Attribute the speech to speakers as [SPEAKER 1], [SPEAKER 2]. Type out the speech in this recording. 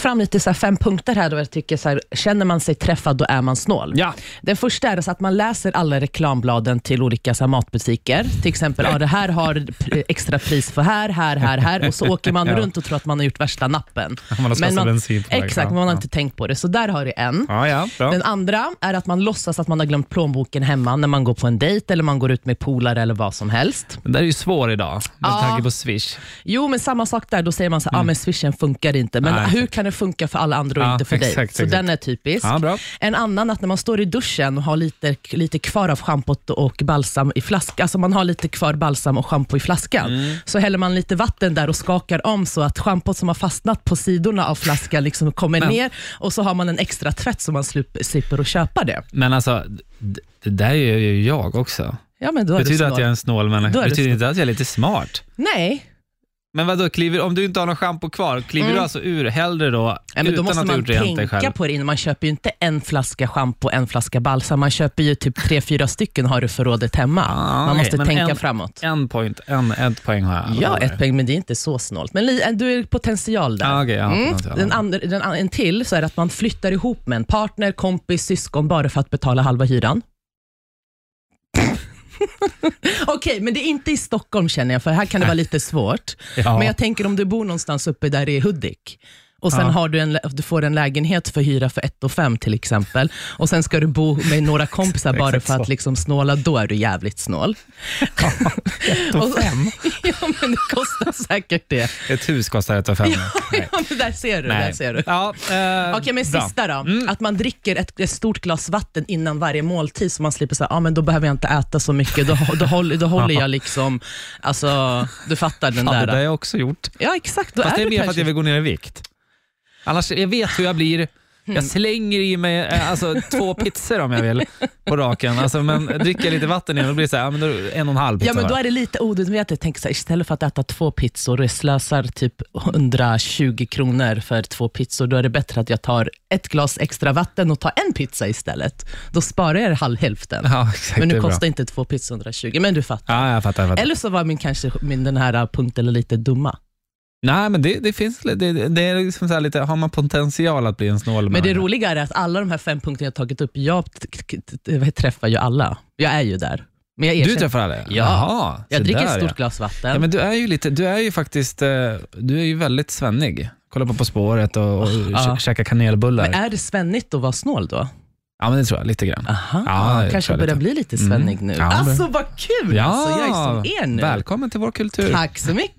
[SPEAKER 1] fram lite så här fem punkter här då jag tycker så här, känner man sig träffad då är man snål.
[SPEAKER 2] Ja.
[SPEAKER 1] Den första är så att man läser alla reklambladen till olika så här, matbutiker. Till exempel, ja, det här har pr- extra pris för här, här, här, här och så åker man
[SPEAKER 2] Ja.
[SPEAKER 1] runt och tror att man har gjort värsta nappen.
[SPEAKER 2] Man har slösat bensin på vägen.
[SPEAKER 1] Exakt, men man har inte tänkt på det. Så där har du en.
[SPEAKER 2] Ja, ja. ja.
[SPEAKER 1] Den andra är att man låtsas att man har glömt plånboken hemma när man går på en dejt eller man går ut med polare eller vad som helst.
[SPEAKER 2] Den där är ju svår idag, med
[SPEAKER 1] Ja.
[SPEAKER 2] tanke på Swish.
[SPEAKER 1] Jo, men samma sak där. Då säger man så här, ah, men swishen funkar inte. Men
[SPEAKER 2] Mm. Nej.
[SPEAKER 1] hur kan det funka för alla andra och
[SPEAKER 2] Ja,
[SPEAKER 1] inte för dig?
[SPEAKER 2] exakt,
[SPEAKER 1] Så
[SPEAKER 2] exakt.
[SPEAKER 1] den är typisk.
[SPEAKER 2] Ja, bra.
[SPEAKER 1] En annan att när man står i duschen och har lite, lite kvar av schampot och balsam i flaskan, alltså man har lite kvar balsam och schampo i flaskan,
[SPEAKER 2] Mm.
[SPEAKER 1] så häller man lite vatten där och skakar om så att schampot som har fastnat på sidorna av flaskan liksom kommer ner och så har man en extra tvätt så man slup- slipper att köpa det.
[SPEAKER 2] Men alltså, d- det där gör ju jag också.
[SPEAKER 1] Ja, men då är du
[SPEAKER 2] Betyder det att jag är en snål
[SPEAKER 1] Då
[SPEAKER 2] människa?
[SPEAKER 1] är du
[SPEAKER 2] Betyder
[SPEAKER 1] snål.
[SPEAKER 2] inte att jag är lite smart?
[SPEAKER 1] Nej,
[SPEAKER 2] Men vadå, kliver, om du inte har någon schampo kvar, kliver du alltså ur hellre då,
[SPEAKER 1] Nej, Mm. men då
[SPEAKER 2] utan
[SPEAKER 1] måste
[SPEAKER 2] att du
[SPEAKER 1] man
[SPEAKER 2] gjort rent dig
[SPEAKER 1] tänka
[SPEAKER 2] själv?
[SPEAKER 1] på det innan. Man köper ju inte en flaska schampo och en flaska balsam. Man köper ju typ tre, fyra stycken har du förrådet hemma.
[SPEAKER 2] Ah,
[SPEAKER 1] man
[SPEAKER 2] okej,
[SPEAKER 1] måste
[SPEAKER 2] men
[SPEAKER 1] tänka
[SPEAKER 2] en-
[SPEAKER 1] framåt.
[SPEAKER 2] En point, en, ett poäng har jag.
[SPEAKER 1] Ja, ett poäng, men det är inte så snålt. Men Li, eh, du är potential där.
[SPEAKER 2] Ah, okej, ja, potential.
[SPEAKER 1] Mm. Den andra, den, an- en till så är det att man flyttar ihop med en partner, kompis, syskon bara för att betala halva hyran. Okej, men det är inte i Stockholm känner jag, för här kan det vara lite svårt.
[SPEAKER 2] Ja.
[SPEAKER 1] Men jag tänker om du bor någonstans uppe där i Hudik och sen
[SPEAKER 2] Ja.
[SPEAKER 1] har du en, lä- du får en lägenhet för hyra för 1 5 till exempel och sen ska du bo med några kompisar bara
[SPEAKER 2] Exakt
[SPEAKER 1] för att
[SPEAKER 2] så.
[SPEAKER 1] liksom snåla, då är du jävligt snål.
[SPEAKER 2] Och
[SPEAKER 1] Och-
[SPEAKER 2] fem?
[SPEAKER 1] ja, men det kostar säkert det.
[SPEAKER 2] Ett hus kostar ett och fem.
[SPEAKER 1] Ja, men där ser du. Där ser du.
[SPEAKER 2] Ja, eh,
[SPEAKER 1] Okej, men
[SPEAKER 2] bra. Mm.
[SPEAKER 1] sista då. Att man dricker ett, ett stort glas vatten innan varje måltid så man slipper säga, ah, men då behöver jag inte äta så mycket. Då, då, håller, då håller jag liksom, alltså, du fattar den
[SPEAKER 2] Ja, det
[SPEAKER 1] där.
[SPEAKER 2] där har jag också gjort.
[SPEAKER 1] Ja, exakt. Då
[SPEAKER 2] Fast det
[SPEAKER 1] är
[SPEAKER 2] är
[SPEAKER 1] du
[SPEAKER 2] mer för att jag
[SPEAKER 1] kanske-
[SPEAKER 2] vill gå ner i vikt. Annars, jag vet hur jag blir.
[SPEAKER 1] Hmm.
[SPEAKER 2] Jag slänger i mig eh, alltså, två pizzor om jag vill på raken. Alltså, men dricker jag lite vatten igen, då blir det så här, ja, men då är det en och en halv pizza.
[SPEAKER 1] Ja, men då
[SPEAKER 2] va?
[SPEAKER 1] är det lite odugligt. Jag tänker så här, istället för att äta två pizzor och jag slösar typ 120 kronor för två pizzor, då är det bättre att jag tar ett glas extra vatten och tar en pizza istället. Då sparar jag halv hälften.
[SPEAKER 2] ja, exakt,
[SPEAKER 1] men
[SPEAKER 2] det
[SPEAKER 1] nu
[SPEAKER 2] är bra.
[SPEAKER 1] kostar inte två pizzor 120, men du fattar.
[SPEAKER 2] Ja, jag fattar. Jag fattar.
[SPEAKER 1] Eller så var min, kanske, min den här äh, punkten lite dumma.
[SPEAKER 2] Nej, men det, det finns li- det, det är liksom så här lite, har man potential att bli en snål
[SPEAKER 1] Men det
[SPEAKER 2] människa?
[SPEAKER 1] roliga är att alla de här fem punkterna jag tagit upp, jag t- t- t- vad heter- träffar ju alla. Jag är ju där. Men jag
[SPEAKER 2] Du
[SPEAKER 1] erkänner,
[SPEAKER 2] träffar alla?
[SPEAKER 1] Ja.
[SPEAKER 2] Jaha,
[SPEAKER 1] jag
[SPEAKER 2] så
[SPEAKER 1] dricker
[SPEAKER 2] där,
[SPEAKER 1] ett stort
[SPEAKER 2] ja.
[SPEAKER 1] glas vatten.
[SPEAKER 2] Ja, men du är ju lite, du är ju faktiskt, eh, du är ju väldigt svennig. Kolla på På spåret och, och
[SPEAKER 1] ja.
[SPEAKER 2] kä- käka kanelbullar.
[SPEAKER 1] men är det svennigt att vara snål då?
[SPEAKER 2] Ja, men det tror jag, lite grann.
[SPEAKER 1] Aha, Ah,
[SPEAKER 2] Ja, jag
[SPEAKER 1] kanske
[SPEAKER 2] tror
[SPEAKER 1] börjar
[SPEAKER 2] lite.
[SPEAKER 1] bli
[SPEAKER 2] Mm.
[SPEAKER 1] lite svennig nu.
[SPEAKER 2] Ja, men-
[SPEAKER 1] alltså vad kul! Alltså, jag är som er nu.
[SPEAKER 2] Välkommen till vår kultur.
[SPEAKER 1] Tack så mycket!